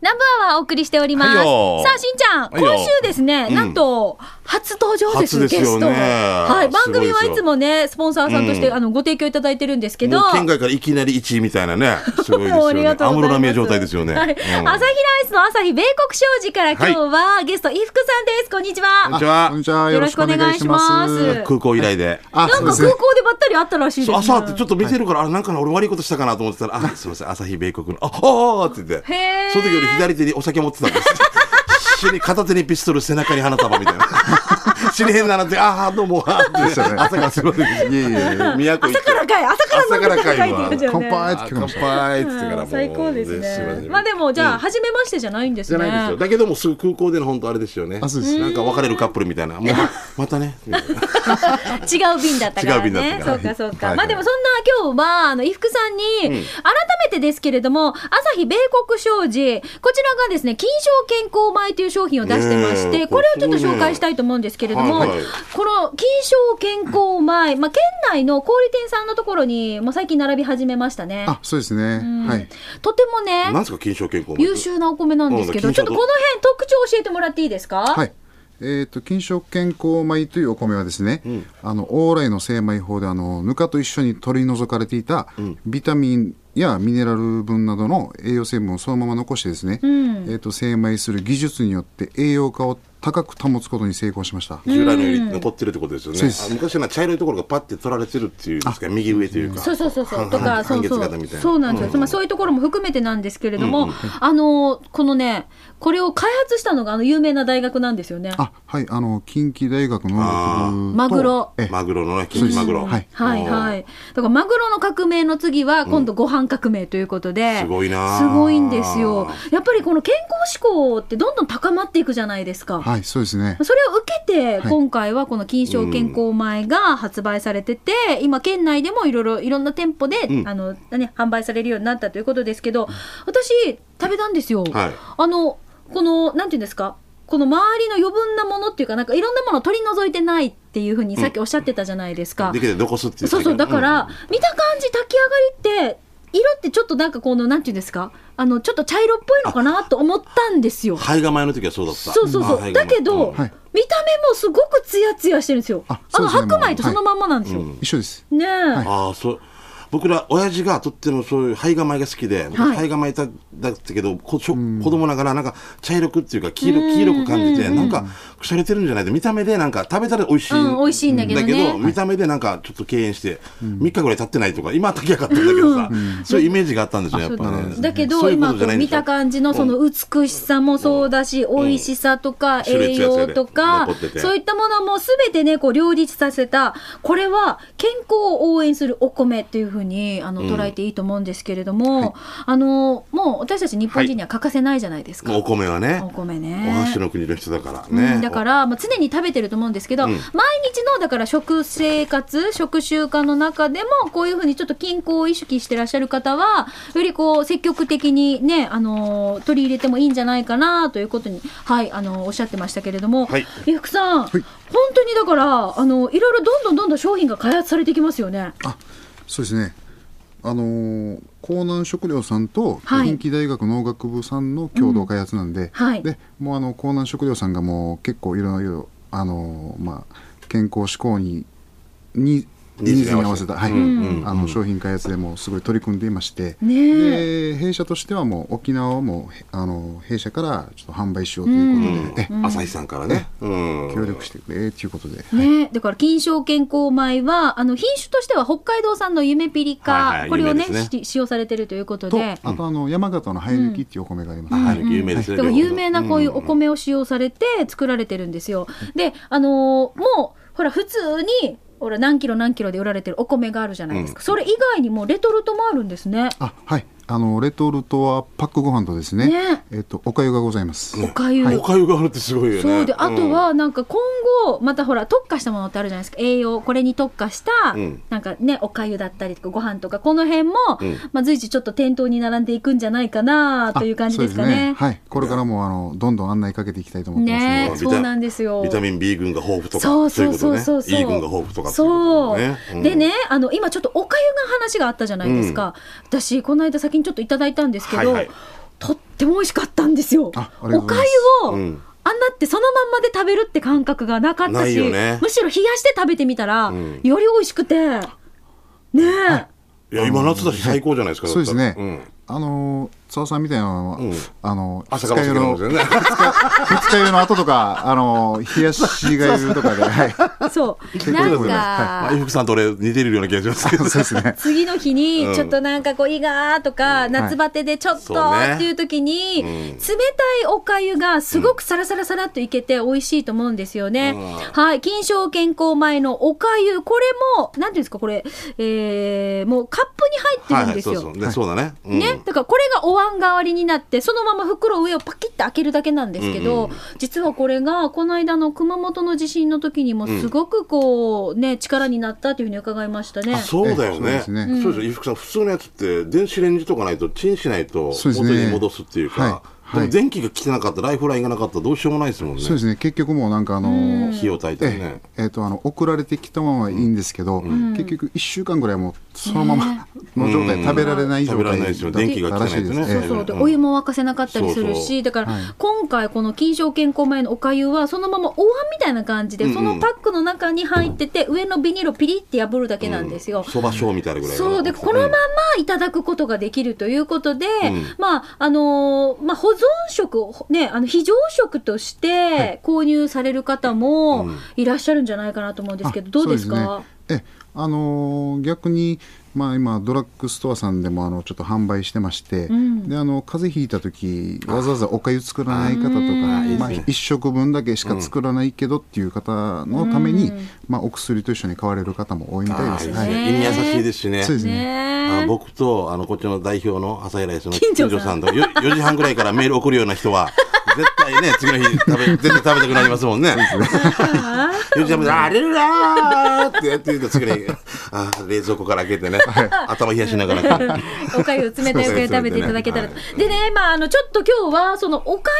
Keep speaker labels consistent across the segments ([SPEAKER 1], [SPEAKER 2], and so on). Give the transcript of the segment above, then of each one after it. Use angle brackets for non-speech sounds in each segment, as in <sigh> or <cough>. [SPEAKER 1] ナンバーはお送りしております。
[SPEAKER 2] はいよ
[SPEAKER 1] さあ、しんちゃん、
[SPEAKER 2] はいよ
[SPEAKER 1] 今週ですね、
[SPEAKER 2] うん
[SPEAKER 1] なんと、初登場です、
[SPEAKER 2] 初ですよ
[SPEAKER 1] ゲ
[SPEAKER 2] ね
[SPEAKER 1] スト。はい、番組は
[SPEAKER 2] すごいですよ
[SPEAKER 1] いつもね、スポンサーさんとして、あの、ご提供いただいてるんですけど、
[SPEAKER 2] もう県外からいきなり1位みたいなね、すごいで
[SPEAKER 1] <laughs>
[SPEAKER 2] す
[SPEAKER 1] もうあ
[SPEAKER 2] よ
[SPEAKER 1] り
[SPEAKER 2] ね。
[SPEAKER 1] がとう
[SPEAKER 2] ア
[SPEAKER 1] ござ
[SPEAKER 2] ムロ
[SPEAKER 1] います。
[SPEAKER 2] ラミエ状態ですよね。
[SPEAKER 1] はい
[SPEAKER 2] うん
[SPEAKER 1] 朝日ライスの朝日米国商事から今日はゲスト、伊福さんです。こんにち
[SPEAKER 2] こんに
[SPEAKER 1] は。
[SPEAKER 2] ち
[SPEAKER 3] あこん
[SPEAKER 2] は
[SPEAKER 3] に。ちは。よろしくお願いしま
[SPEAKER 1] よろしくお願いします
[SPEAKER 3] す。
[SPEAKER 2] 空港以来で。
[SPEAKER 1] な
[SPEAKER 3] あ
[SPEAKER 1] んか
[SPEAKER 3] そう
[SPEAKER 1] 空
[SPEAKER 3] ですね
[SPEAKER 1] 港でばったり会ったらしいです、
[SPEAKER 2] そ
[SPEAKER 1] ね。
[SPEAKER 2] う朝ってちょっと見てるから、あ、なんかな俺悪いことしたかなと思ってたら、あ、すみません、朝日米国の、あ、ああって言って
[SPEAKER 1] へー、
[SPEAKER 2] その時俺左手にお酒持ってたんです。一緒に片手にピストル、背中に花束
[SPEAKER 1] <laughs>
[SPEAKER 2] みたいな。死にへんななんて、ああ、どうも、あーって
[SPEAKER 3] すよね
[SPEAKER 2] 朝からすごいです。いえいえ、宮古
[SPEAKER 1] 朝
[SPEAKER 2] 行って
[SPEAKER 1] からかい、朝から飲んでたらかいって言いましたよね。
[SPEAKER 3] 朝からかいわ乾杯
[SPEAKER 2] あ乾杯って言ってからも
[SPEAKER 1] あ
[SPEAKER 2] う。
[SPEAKER 1] ー最高です
[SPEAKER 2] ませ
[SPEAKER 1] ね。
[SPEAKER 2] ん
[SPEAKER 1] まあでも、じゃあ、初めましてじゃないんです
[SPEAKER 2] じゃ
[SPEAKER 1] ね。
[SPEAKER 2] ないですよ。だけども、すぐ空港での本当あれですよね。
[SPEAKER 3] あそうです
[SPEAKER 2] なんか別れるカップルみたいな。もう、ま
[SPEAKER 1] <laughs>
[SPEAKER 2] たね。
[SPEAKER 1] 違う便だったからね。
[SPEAKER 2] 違う便だったから
[SPEAKER 1] そうかそうか。
[SPEAKER 2] はい
[SPEAKER 1] まあでもそんな今日は、あの、伊福さんに、改めてですけれども、朝日米国商事、こちらがですね、金賞健康米という商品を出してまして、
[SPEAKER 2] ねえ
[SPEAKER 1] これをちょっと
[SPEAKER 2] これすごい
[SPEAKER 1] 紹
[SPEAKER 2] ね
[SPEAKER 1] 介したいと思うんですけれども、
[SPEAKER 2] はいはい
[SPEAKER 1] この金賞健康米、まあ県内の小売店さんのところに、もう最近並び始めましたね。
[SPEAKER 3] あ、そうですね。
[SPEAKER 1] うん
[SPEAKER 3] はい。
[SPEAKER 1] とてもね、
[SPEAKER 2] なんですか、金賞健康
[SPEAKER 1] 優秀なお米なんですけど、
[SPEAKER 2] そう
[SPEAKER 1] ちょ
[SPEAKER 2] だ
[SPEAKER 1] っ
[SPEAKER 2] ね
[SPEAKER 1] とこの辺特徴教えてもらっていいですか
[SPEAKER 3] はい。えっと金色健康米というお米はですね、あの往来の精米法であのぬかと一緒に取り除かれていたビタミンやミネラル分などの栄養成分をそのまま残してですね、
[SPEAKER 1] ん
[SPEAKER 3] えっと精米する技術によって栄養価を高く保つことに成功しました。
[SPEAKER 2] 従来のより残ってるってことですよね。
[SPEAKER 3] そうです
[SPEAKER 2] あ昔は茶色いところがパッて取られてるっていうんですか、右上というか。
[SPEAKER 1] そうそうそうそう
[SPEAKER 2] 半
[SPEAKER 1] とか
[SPEAKER 2] 半
[SPEAKER 1] そう
[SPEAKER 2] 月
[SPEAKER 1] そ
[SPEAKER 2] 型み
[SPEAKER 1] う
[SPEAKER 2] たいな。
[SPEAKER 1] そうなんですよ、まあそういうところも含めてなんですけれども、あのこのねこれを開発したのがあの有名な大学なんですよね。
[SPEAKER 3] あ、はい。あの近畿大学の
[SPEAKER 2] あ
[SPEAKER 3] 農学部
[SPEAKER 1] マグロ
[SPEAKER 3] ええ
[SPEAKER 2] マグロのね、金マグロ。
[SPEAKER 3] はい
[SPEAKER 1] はいはい。だからマグロの革命の次は今度ご飯革命ということで、
[SPEAKER 2] すごいなあ
[SPEAKER 1] すごいんですよ。やっぱりこの健康志向ってどんどん高まっていくじゃないですか。
[SPEAKER 3] はい、そうですね。
[SPEAKER 1] それを受けて、
[SPEAKER 3] はい
[SPEAKER 1] 今回はこの金賞健康米が発売されてて、今、県内でもいろいろ、いろんな店舗で、
[SPEAKER 2] うん
[SPEAKER 1] あの、ね、販売されるようになったということですけど、私、食べたんですよ。
[SPEAKER 2] はい
[SPEAKER 1] あの、この、なんていうんですか、この周りの余分なものっていうか、なんかいろんなものを取り除いてないっていうふうに、さっきおっしゃってたじゃないですか。
[SPEAKER 2] できて残すっていう。
[SPEAKER 1] そうそう、だから、見た感じ、炊き上がりって、色ってちょっとなんかこの、なんていうんですか、あの、ちょっと茶色っぽいのかなと思ったんですよ。
[SPEAKER 2] 肺が前の時はそうだった。
[SPEAKER 1] そうそうそう。
[SPEAKER 2] ん
[SPEAKER 1] だけど、
[SPEAKER 3] はい
[SPEAKER 1] 見た目もすごくツヤツヤしてるんですよ。あ
[SPEAKER 3] あそう
[SPEAKER 1] の
[SPEAKER 3] ですね
[SPEAKER 1] 白米とそのまんまなんですよ。
[SPEAKER 3] 一緒です。
[SPEAKER 1] ねえ、
[SPEAKER 2] ああそう僕ら親父がとってもそういう胚芽米が好きで、僕
[SPEAKER 1] はい
[SPEAKER 2] 胚芽米だだったけどこしょ子供ながらなんか茶色くっていうか黄色黄色く感じてなんか腐れてるんじゃないで見た目でなんか食べたら美味しい、
[SPEAKER 1] うん美味しいんだけどね
[SPEAKER 2] 見た目でなんかちょっと敬遠して3日ぐらい経ってないとか今は炊き上がってるんだけどさ、そういうイメージがあったんですよやっぱね
[SPEAKER 1] だけ
[SPEAKER 2] そ
[SPEAKER 1] ど
[SPEAKER 2] ういうこ
[SPEAKER 1] 今
[SPEAKER 2] とじ
[SPEAKER 1] こ
[SPEAKER 2] ゃな
[SPEAKER 1] う
[SPEAKER 2] いんで
[SPEAKER 1] 見
[SPEAKER 2] すよ
[SPEAKER 1] た感じのその美しさもそうだし、美味しさとか
[SPEAKER 2] 種
[SPEAKER 1] 栄
[SPEAKER 2] 類違う
[SPEAKER 1] 養とか
[SPEAKER 2] 種類残ってて
[SPEAKER 1] そういったものも全てねこう両立させたこれは健康を応援するお米っていうふうにあの捉えていいと思うんですけれども、あのもう私たち日本人には欠かせないじゃないですか、
[SPEAKER 2] もうお米はね
[SPEAKER 1] お米ね
[SPEAKER 2] お箸の国の人だから
[SPEAKER 1] う
[SPEAKER 2] ね
[SPEAKER 1] ん、だから、まあ、常に食べてると思うんですけど、毎日のだから食生活食習慣の中でもこういうふうにちょっと均衡を意識してらっしゃる方はよりこう積極的にね、あのー取り入れてもいいんじゃないかなということに、はいあのーおっしゃってましたけれども、
[SPEAKER 2] はい
[SPEAKER 1] 伊福さん、本当にだから、あのーいろいろどんどんどんどん商品が開発されていきますよね。
[SPEAKER 3] あそうですねあのー江南食料さんと
[SPEAKER 1] はい
[SPEAKER 3] 近畿大学農学部さんの共同開発なんで,、
[SPEAKER 1] はい
[SPEAKER 3] でもうあの江南食料さんがもう結構いろいろ、あのーまあ、健康志向ににニーズに合わせた、はいあの商品開発でもすごい取り組んでいまして、
[SPEAKER 1] ねえ
[SPEAKER 3] で弊社としてはもう沖縄をもうへあの弊社からちょっと販売しようということで、え
[SPEAKER 2] 朝日さんからね、うん、
[SPEAKER 3] 協力してくれということで、
[SPEAKER 1] ね、だから金賞健康米はあの品種としては北海道産の夢ピリカ、
[SPEAKER 2] はいはい
[SPEAKER 1] これをね
[SPEAKER 2] 有名です
[SPEAKER 1] し使用されてるということ
[SPEAKER 3] と
[SPEAKER 1] で
[SPEAKER 3] あとあの山形のハイヌキっていうお米があります、
[SPEAKER 2] はい有名ですね
[SPEAKER 1] だから有名なこういううお米を使用されて作られてるんですよ。で、あのーもう、ほら、普通に、ほら、何キロ何キロで売られてるお米があるじゃないですか。それ以外にもレトルトもあるんですね。
[SPEAKER 3] あはいあのレトルトはパックご飯とですね
[SPEAKER 1] ね
[SPEAKER 3] えっとおかゆがございます、
[SPEAKER 1] おかゆ。
[SPEAKER 2] おかゆがあるってすごいよね
[SPEAKER 1] そうで、あとは、なんか今後、またほら、特化したものってあるじゃないですか。栄養、これに特化した
[SPEAKER 2] うん、
[SPEAKER 1] なんかね、おかゆだったりとか、ご飯とか、この辺も、
[SPEAKER 2] ん
[SPEAKER 1] まあ、随時ちょっと店頭に並んでいくんじゃないかな、という感じですか
[SPEAKER 3] そう
[SPEAKER 1] ね。
[SPEAKER 3] はい、これからもあのどんどん案内かけていきたいと思ってますので
[SPEAKER 1] ね
[SPEAKER 2] う
[SPEAKER 1] え、
[SPEAKER 2] ん
[SPEAKER 1] そうなんですよ。
[SPEAKER 2] ビタミン B 群が豊富とか
[SPEAKER 1] そうそうそうそうそう。
[SPEAKER 2] いことね E 群が豊富とかってい
[SPEAKER 1] そう。
[SPEAKER 2] こと
[SPEAKER 1] でね、あの今ちょっとおかゆが話があったじゃないですか。私この間先にちょっといただいたんですけど、
[SPEAKER 2] はいはい
[SPEAKER 1] とってっても美味しかったんですよ。
[SPEAKER 3] ああ
[SPEAKER 1] お
[SPEAKER 3] りがとうござい
[SPEAKER 1] 粥
[SPEAKER 3] ます
[SPEAKER 1] を、
[SPEAKER 2] うん
[SPEAKER 1] あんなってそのまんまで食べるって感覚がなかった
[SPEAKER 2] ない
[SPEAKER 1] し、
[SPEAKER 2] よね
[SPEAKER 1] むしろ冷やして食べてみたら、
[SPEAKER 2] ん
[SPEAKER 1] より美味しくて、ねえ、
[SPEAKER 2] いや今夏だし最高じゃないですか
[SPEAKER 3] そうですね、
[SPEAKER 2] うん
[SPEAKER 3] あの澤さんみたいなのは、あの
[SPEAKER 2] 朝から酒
[SPEAKER 3] 二日酔い
[SPEAKER 2] 飲
[SPEAKER 3] の
[SPEAKER 2] むんですよね
[SPEAKER 3] 二日酔いの後とかあの冷やしがゆとかで、はい、
[SPEAKER 1] そう、
[SPEAKER 3] 結構
[SPEAKER 1] な
[SPEAKER 3] でご
[SPEAKER 1] ん
[SPEAKER 3] ざい
[SPEAKER 2] ま
[SPEAKER 1] か
[SPEAKER 2] <laughs> あ、伊福さんと俺似てるような気がしますけど
[SPEAKER 3] <laughs> そうですね
[SPEAKER 1] 次の日にちょっとなんかこういいがーとか、夏バテでちょっと
[SPEAKER 2] そうね
[SPEAKER 1] っていう時に、
[SPEAKER 2] うん
[SPEAKER 1] 冷たいおかゆがすごくサラサラサラっといけて美味しいと思うんですよね、
[SPEAKER 2] う
[SPEAKER 1] はい金賞健康前のおかゆこれもなんていうんですかこれ、えー、もうカップに入ってるんですよ、
[SPEAKER 2] はいはい、そうそうでそうだね,、うん、
[SPEAKER 1] ね、だからこれがお椀代わりになってそのまま袋上をパキッて開けるだけなんですけど、
[SPEAKER 2] うんう
[SPEAKER 1] 実はこれがこの間の熊本の地震の時にもすごくこうね力になったというふうに伺いましたね。
[SPEAKER 2] あそうだよ
[SPEAKER 3] ええそうで
[SPEAKER 2] ね
[SPEAKER 3] すね
[SPEAKER 2] そうですよ伊福さん普通のやつって電子レンジとかないとチンしないと
[SPEAKER 3] そうです
[SPEAKER 2] 元
[SPEAKER 3] ね
[SPEAKER 2] に戻すっていうか
[SPEAKER 3] はいは
[SPEAKER 2] で
[SPEAKER 3] い
[SPEAKER 2] も電気が来てなかったらライフラインがなかったらどうしようもないですもんね
[SPEAKER 3] そうですね結局もうなんかあの、
[SPEAKER 2] 火を焚いてね
[SPEAKER 3] えええーとあの送られてきたままいいんですけど、結局1週間ぐらいもうそのままの状態、
[SPEAKER 2] うん
[SPEAKER 3] 食べられない
[SPEAKER 2] 食べ
[SPEAKER 3] 状
[SPEAKER 2] られな
[SPEAKER 3] 態
[SPEAKER 2] い
[SPEAKER 3] だ
[SPEAKER 2] ですよ
[SPEAKER 3] っ
[SPEAKER 2] 電気が
[SPEAKER 3] た
[SPEAKER 2] 来
[SPEAKER 3] ら
[SPEAKER 2] て
[SPEAKER 3] し
[SPEAKER 2] ないい
[SPEAKER 3] で
[SPEAKER 2] とね
[SPEAKER 3] す
[SPEAKER 1] そう
[SPEAKER 3] ね。
[SPEAKER 1] そうで
[SPEAKER 2] うん
[SPEAKER 1] お湯も沸かせなかったりするし
[SPEAKER 2] そうそう
[SPEAKER 1] だから今回この金賞健康前のおかゆはそのままお椀みたいな感じで、
[SPEAKER 2] うんうん
[SPEAKER 1] そのパックの中に入ってて、上のビニールをピリって破るだけなんですよ。
[SPEAKER 2] そばしょうみたいなぐらいの
[SPEAKER 1] そうでこのままいただくことができるということで、まああのーまあ、保存食を、ね、あの非常食として購入される方もいらっしゃるんじゃないかなと思うんですけど、どうです
[SPEAKER 3] そ
[SPEAKER 1] か
[SPEAKER 3] ですねええあのー逆に、まあ、今ドラッグストアさんでもあのちょっと販売してまして、
[SPEAKER 1] ん
[SPEAKER 3] であの風邪ひいた時わざわざおかゆ作らない方とか
[SPEAKER 2] うん
[SPEAKER 3] まあ、
[SPEAKER 2] いいですね
[SPEAKER 3] 1食分だけしか作らないけどっていう方のために、まあ、お薬と一緒に買われる方も多いみたい
[SPEAKER 2] あ
[SPEAKER 3] で
[SPEAKER 2] あ
[SPEAKER 3] す
[SPEAKER 2] いい
[SPEAKER 3] ね。
[SPEAKER 2] で
[SPEAKER 3] は
[SPEAKER 2] す
[SPEAKER 3] い
[SPEAKER 2] ね胃に優しいですしね
[SPEAKER 3] そうですね
[SPEAKER 1] ね
[SPEAKER 2] あの僕とあのこっちの代表の朝平ですの
[SPEAKER 1] 金
[SPEAKER 2] 金
[SPEAKER 1] 城
[SPEAKER 2] 城
[SPEAKER 1] さ
[SPEAKER 2] さ
[SPEAKER 1] ん
[SPEAKER 2] んとよ4時半ぐらいからメール送るような
[SPEAKER 1] <laughs>
[SPEAKER 2] 人は絶対ね次の日食べ絶対食べたくなりますもんね。4時半まで「あれら!」ってやってると次の日あー冷蔵庫から開けてね頭冷やしながら。
[SPEAKER 1] <laughs> おかゆを冷たいおかゆ食べていただけたらと。でね、まあ、あの、ちょっと今日は、その、おか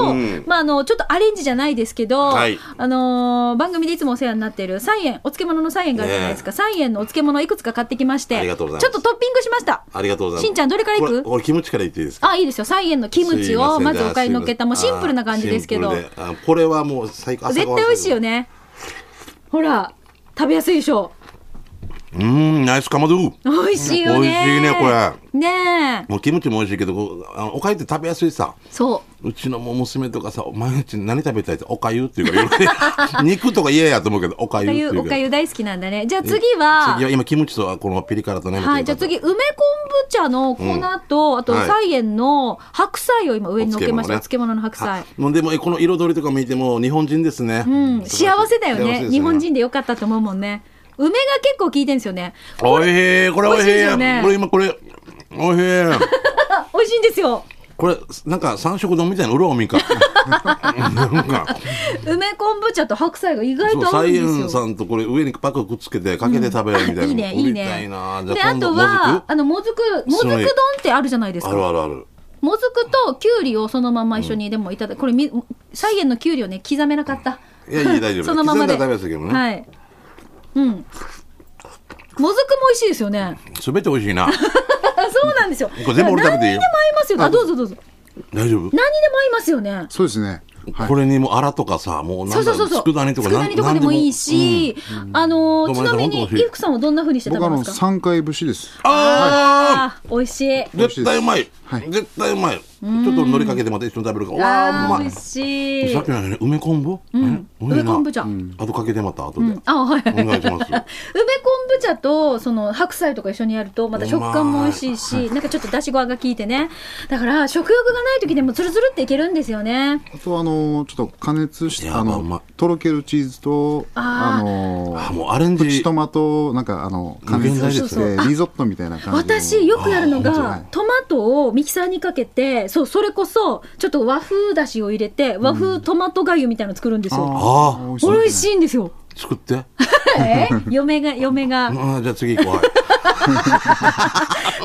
[SPEAKER 1] ゆを、
[SPEAKER 2] うん
[SPEAKER 1] まあ、あの、ちょっとアレンジじゃないですけど、
[SPEAKER 2] はい
[SPEAKER 1] あのー番組でいつもお世話になっている、菜園、お漬物の菜園があるじゃないですか、菜園のお漬物をいくつか買ってきまして、
[SPEAKER 2] ありがとうございます
[SPEAKER 1] ちょっとトッピングしました。
[SPEAKER 2] ありがとうございます。
[SPEAKER 1] しんちゃんどれから行く
[SPEAKER 2] ここれキムチからいっていいですか
[SPEAKER 1] あ、いいですよ。菜園のキムチを、
[SPEAKER 2] すい
[SPEAKER 1] ま
[SPEAKER 2] せん
[SPEAKER 1] ずおかゆに乗っけた、もう
[SPEAKER 2] あすい
[SPEAKER 1] シ
[SPEAKER 2] ま
[SPEAKER 1] ン
[SPEAKER 2] せん
[SPEAKER 1] プルな感じですけど
[SPEAKER 2] シン、プルであこれはもう最高
[SPEAKER 1] 絶対美味しいよ
[SPEAKER 2] ね
[SPEAKER 1] ね。ほら、食べやすいでしょ。
[SPEAKER 2] うーんナイスかまど
[SPEAKER 1] 美味しいよね。
[SPEAKER 2] 美味しいねこ
[SPEAKER 1] れ。ねえ。
[SPEAKER 2] もうキムチも美味しいけどこうあのおかゆって食べやすいさ
[SPEAKER 1] そう。
[SPEAKER 2] うちのもう娘とかさ毎日何食べたいっておかゆっていうから <laughs> 言う肉とか嫌やと思うけどおか
[SPEAKER 1] お
[SPEAKER 2] ゆ
[SPEAKER 1] か
[SPEAKER 2] ってい
[SPEAKER 1] ゆ、
[SPEAKER 2] うから
[SPEAKER 1] おかゆ大好きなんだね。じゃあ次
[SPEAKER 2] 次は今キムチとこのピリ辛とね
[SPEAKER 1] はい、じゃあ次、梅昆布茶の粉と、あと、
[SPEAKER 2] はい
[SPEAKER 1] 菜園の白菜を今上に乗っけました。
[SPEAKER 2] お
[SPEAKER 1] 漬物,、の白菜。
[SPEAKER 2] もうでもえこの彩りとか見ても日本人ですね、
[SPEAKER 1] うん、幸せだよ
[SPEAKER 2] 幸せです
[SPEAKER 1] ね。日本人でよかったと思うもんね。梅が結構効いてんですよね。
[SPEAKER 2] おいしいこれおいし
[SPEAKER 1] 美味しい
[SPEAKER 2] い
[SPEAKER 1] ですよね
[SPEAKER 2] これ今これおいしい
[SPEAKER 1] あ、美味しいんですよ。
[SPEAKER 2] これなんか三色丼みたいなうろおみか
[SPEAKER 1] <laughs>
[SPEAKER 2] なんか
[SPEAKER 1] 梅昆布茶と白菜が意外
[SPEAKER 2] そう
[SPEAKER 1] と合
[SPEAKER 2] サ
[SPEAKER 1] うん
[SPEAKER 2] イ
[SPEAKER 1] で
[SPEAKER 2] エン
[SPEAKER 1] すよ。
[SPEAKER 2] さんとこれ上にパクくっつけてかけて食べるみたいな、
[SPEAKER 1] いいね、いい
[SPEAKER 2] 売りたい
[SPEAKER 1] ね
[SPEAKER 2] な。じ
[SPEAKER 1] で、
[SPEAKER 2] ゃあ
[SPEAKER 1] あ
[SPEAKER 2] 今度
[SPEAKER 1] と
[SPEAKER 2] もず
[SPEAKER 1] は、
[SPEAKER 2] く
[SPEAKER 1] あの、もずく、もずく丼ってあるじゃないです
[SPEAKER 2] ある
[SPEAKER 1] か。
[SPEAKER 2] あるある
[SPEAKER 1] もずくときゅうりをそのまま一緒にでもいただこれ、み菜園のきゅうりをね、刻めなかった。
[SPEAKER 2] いやいい大丈夫
[SPEAKER 1] <laughs> そのままで。
[SPEAKER 2] 刻んだら食べやすいけどね
[SPEAKER 1] はい。うん。もずくも美味しいですよね。 <laughs>
[SPEAKER 2] すべて美味しいな
[SPEAKER 1] あそうなんですよ。
[SPEAKER 2] れ全部俺食べてい
[SPEAKER 1] 何にで
[SPEAKER 2] いよ
[SPEAKER 1] も合いますよ。あ、どうぞどうぞ。
[SPEAKER 2] 大丈夫
[SPEAKER 1] 何にでも合いますよね。
[SPEAKER 3] そうですね。はい
[SPEAKER 2] これにもうアラとかさもうな
[SPEAKER 1] そうんそ
[SPEAKER 2] だ
[SPEAKER 1] うそうそう。
[SPEAKER 2] 佃煮とかなん
[SPEAKER 1] 佃煮とかでもいいし、あのー
[SPEAKER 2] で
[SPEAKER 1] ち
[SPEAKER 2] もね
[SPEAKER 1] なみに、伊
[SPEAKER 2] ほんと美味しい
[SPEAKER 1] 福さんはどんな風にして食
[SPEAKER 3] 僕
[SPEAKER 1] べ
[SPEAKER 3] あ
[SPEAKER 1] ま
[SPEAKER 3] の
[SPEAKER 1] すか
[SPEAKER 3] 3回節です。
[SPEAKER 2] あ
[SPEAKER 1] あー、美味しい。
[SPEAKER 2] あ絶対うまい、
[SPEAKER 3] はい
[SPEAKER 2] 絶対うまいちょっと海苔かけてまた一緒に食べるからわあ
[SPEAKER 1] あー、
[SPEAKER 2] うま
[SPEAKER 1] 美
[SPEAKER 2] い
[SPEAKER 1] 味しい
[SPEAKER 2] さっ。きのね梅昆布、うん、
[SPEAKER 1] 梅昆布茶。
[SPEAKER 2] あとかけてまた後で、
[SPEAKER 1] あ、はい。
[SPEAKER 2] お願い
[SPEAKER 1] <laughs> 梅
[SPEAKER 2] します
[SPEAKER 1] 昆布茶とその白菜とか一緒にやるとまた食感も美味しいしなんかちょっとだしごわが効いてねだから食欲がない時でもつるつるっていけるんですよね
[SPEAKER 3] あとあのちょっと加熱して
[SPEAKER 2] いや
[SPEAKER 3] あ
[SPEAKER 2] うま
[SPEAKER 3] のとろけるチーズと
[SPEAKER 1] あー
[SPEAKER 3] あの
[SPEAKER 2] あもうアレンジ
[SPEAKER 3] プチトマトをなんかあの加
[SPEAKER 2] 無
[SPEAKER 3] 熱
[SPEAKER 2] 限大
[SPEAKER 1] で
[SPEAKER 3] し
[SPEAKER 1] すね
[SPEAKER 3] てリゾットみたいな感じで
[SPEAKER 1] 私よくやるの
[SPEAKER 3] あー
[SPEAKER 1] が
[SPEAKER 3] はい
[SPEAKER 1] トマトをミキサーにかけてそうそれこそちょっと和風だしを入れて和風トマトがゆみたいなの作るんですよ、
[SPEAKER 2] あー
[SPEAKER 3] 美味し
[SPEAKER 1] こ
[SPEAKER 3] い
[SPEAKER 1] れ美味しいんですよ
[SPEAKER 2] 作って
[SPEAKER 1] え嫁が嫁が
[SPEAKER 2] うんじゃあ次行こうはい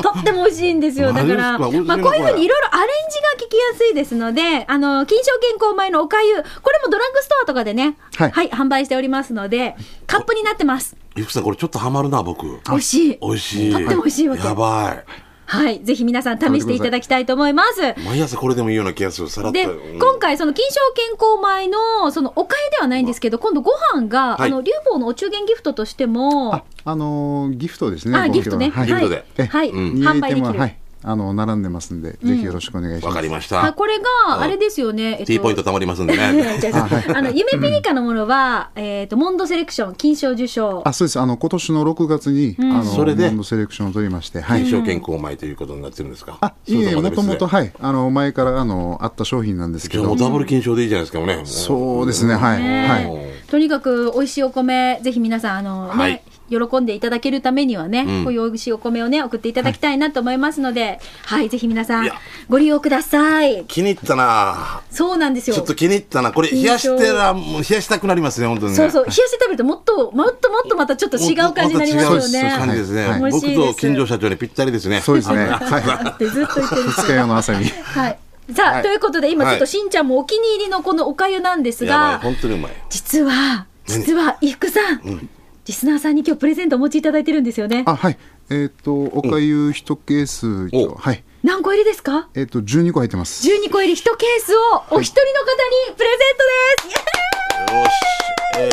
[SPEAKER 1] とっても美味しいんですよ。だから、ま
[SPEAKER 2] マ
[SPEAKER 1] あ
[SPEAKER 2] ジ
[SPEAKER 1] こうい
[SPEAKER 2] です
[SPEAKER 1] う
[SPEAKER 2] か
[SPEAKER 1] ふうにいろいろアレンジが聞きやすいですので、あの、金賞健康米のおかゆ、これもドラッグストアとかでね、は、
[SPEAKER 3] はいい
[SPEAKER 1] 販売しておりますので、カップになってます。
[SPEAKER 2] ゆくさんこれちょっとハマるな僕
[SPEAKER 1] 美味しい。
[SPEAKER 2] 美味しい
[SPEAKER 1] とっても美味しいわけ
[SPEAKER 2] やばい
[SPEAKER 1] はい、ぜひ皆さん試していただきたいと思います。
[SPEAKER 2] 毎朝これでもいいような気がする。さらっと。
[SPEAKER 1] で、
[SPEAKER 2] うん
[SPEAKER 1] 今回、その金賞健康米の、そのおかゆではないんですけど、今度ご飯が、
[SPEAKER 2] はい
[SPEAKER 1] あの、流行のお中元ギフトとしても、
[SPEAKER 3] あ、あのーギフトですね。
[SPEAKER 1] あ、ギフトね。
[SPEAKER 3] 今
[SPEAKER 1] はい。
[SPEAKER 3] 回
[SPEAKER 2] ギ
[SPEAKER 3] は
[SPEAKER 2] フト
[SPEAKER 1] は
[SPEAKER 2] で
[SPEAKER 1] いはい
[SPEAKER 2] うん
[SPEAKER 1] 販売で
[SPEAKER 3] は
[SPEAKER 1] きる。
[SPEAKER 3] はい、あの並んでますんで、ぜひよろしくお願いし
[SPEAKER 2] わ
[SPEAKER 3] ます。
[SPEAKER 2] かりまし
[SPEAKER 1] あ
[SPEAKER 2] た。
[SPEAKER 1] これが、あれですよね。えっと
[SPEAKER 2] T ポイント貯まりますん
[SPEAKER 1] <laughs>
[SPEAKER 2] でね。
[SPEAKER 1] 違う違うあの、夢ピリカのものは、えっと、モンドセレクション、金賞受賞。
[SPEAKER 3] あ、そうです。あの今年の6月に、あの
[SPEAKER 2] それで
[SPEAKER 3] モンドセレクションを取りまして、
[SPEAKER 2] <laughs>
[SPEAKER 3] はい。
[SPEAKER 2] 金賞健康米ということになってるんですか。
[SPEAKER 3] あ、いえいえ、もともと
[SPEAKER 2] じ
[SPEAKER 3] はい、あの前からあのあった商品なんですけ
[SPEAKER 2] ゃあも
[SPEAKER 3] ど
[SPEAKER 2] う。ダブル金賞でいいじゃないですかもうね。も
[SPEAKER 3] そうですね、はい、
[SPEAKER 1] ね
[SPEAKER 3] はい。
[SPEAKER 1] とにかく美味しいお米、ぜひ皆さん、あのね、
[SPEAKER 2] はい
[SPEAKER 1] 喜んでいただけるためにはね、こういう美味しいお米をね、送っていただきたいなと思いますので、はい、ぜひ皆さ
[SPEAKER 2] い
[SPEAKER 1] ん
[SPEAKER 2] や、
[SPEAKER 1] ご利用ください。
[SPEAKER 2] 気に入ったな。
[SPEAKER 1] そうなんですよ。
[SPEAKER 2] ちょっと気に入ったな。これ冷やしてらもう冷やしたくなりますね本当にね。
[SPEAKER 1] そうそう、冷やして食べると、もっと、もっともっとまたちょっと違う感じになります
[SPEAKER 2] もう
[SPEAKER 1] よ
[SPEAKER 2] ちょっと違う感じ
[SPEAKER 1] ね。
[SPEAKER 2] ですね。
[SPEAKER 3] はい
[SPEAKER 1] はい
[SPEAKER 2] 僕
[SPEAKER 1] 美味しいで
[SPEAKER 2] と
[SPEAKER 1] す
[SPEAKER 2] 金城社長にぴったりですね。
[SPEAKER 3] そうですね。
[SPEAKER 1] だ
[SPEAKER 3] は
[SPEAKER 1] ってずっと言ってる
[SPEAKER 3] い。
[SPEAKER 1] し
[SPEAKER 3] 二。日用の朝に。
[SPEAKER 1] はい。さあ、
[SPEAKER 3] はい
[SPEAKER 1] ということで、今ちょっ
[SPEAKER 2] は
[SPEAKER 1] と
[SPEAKER 2] い
[SPEAKER 1] しんちゃんもお気に入りのこのおかゆなんです
[SPEAKER 2] やばい
[SPEAKER 1] が、
[SPEAKER 2] 本当にうまい。
[SPEAKER 1] 実は、実は、伊福さん、リスナーさんに今日プレゼントお持ちいただいてるんですよね。
[SPEAKER 3] あ、はい。えっ、と、おかゆ一ケース、一
[SPEAKER 2] お
[SPEAKER 3] 応、はい。
[SPEAKER 1] 何個入りですか
[SPEAKER 3] えっ、と、十二個入ってます。
[SPEAKER 1] 12個入り1ケースをお一人の方にプレゼントです、
[SPEAKER 2] よし、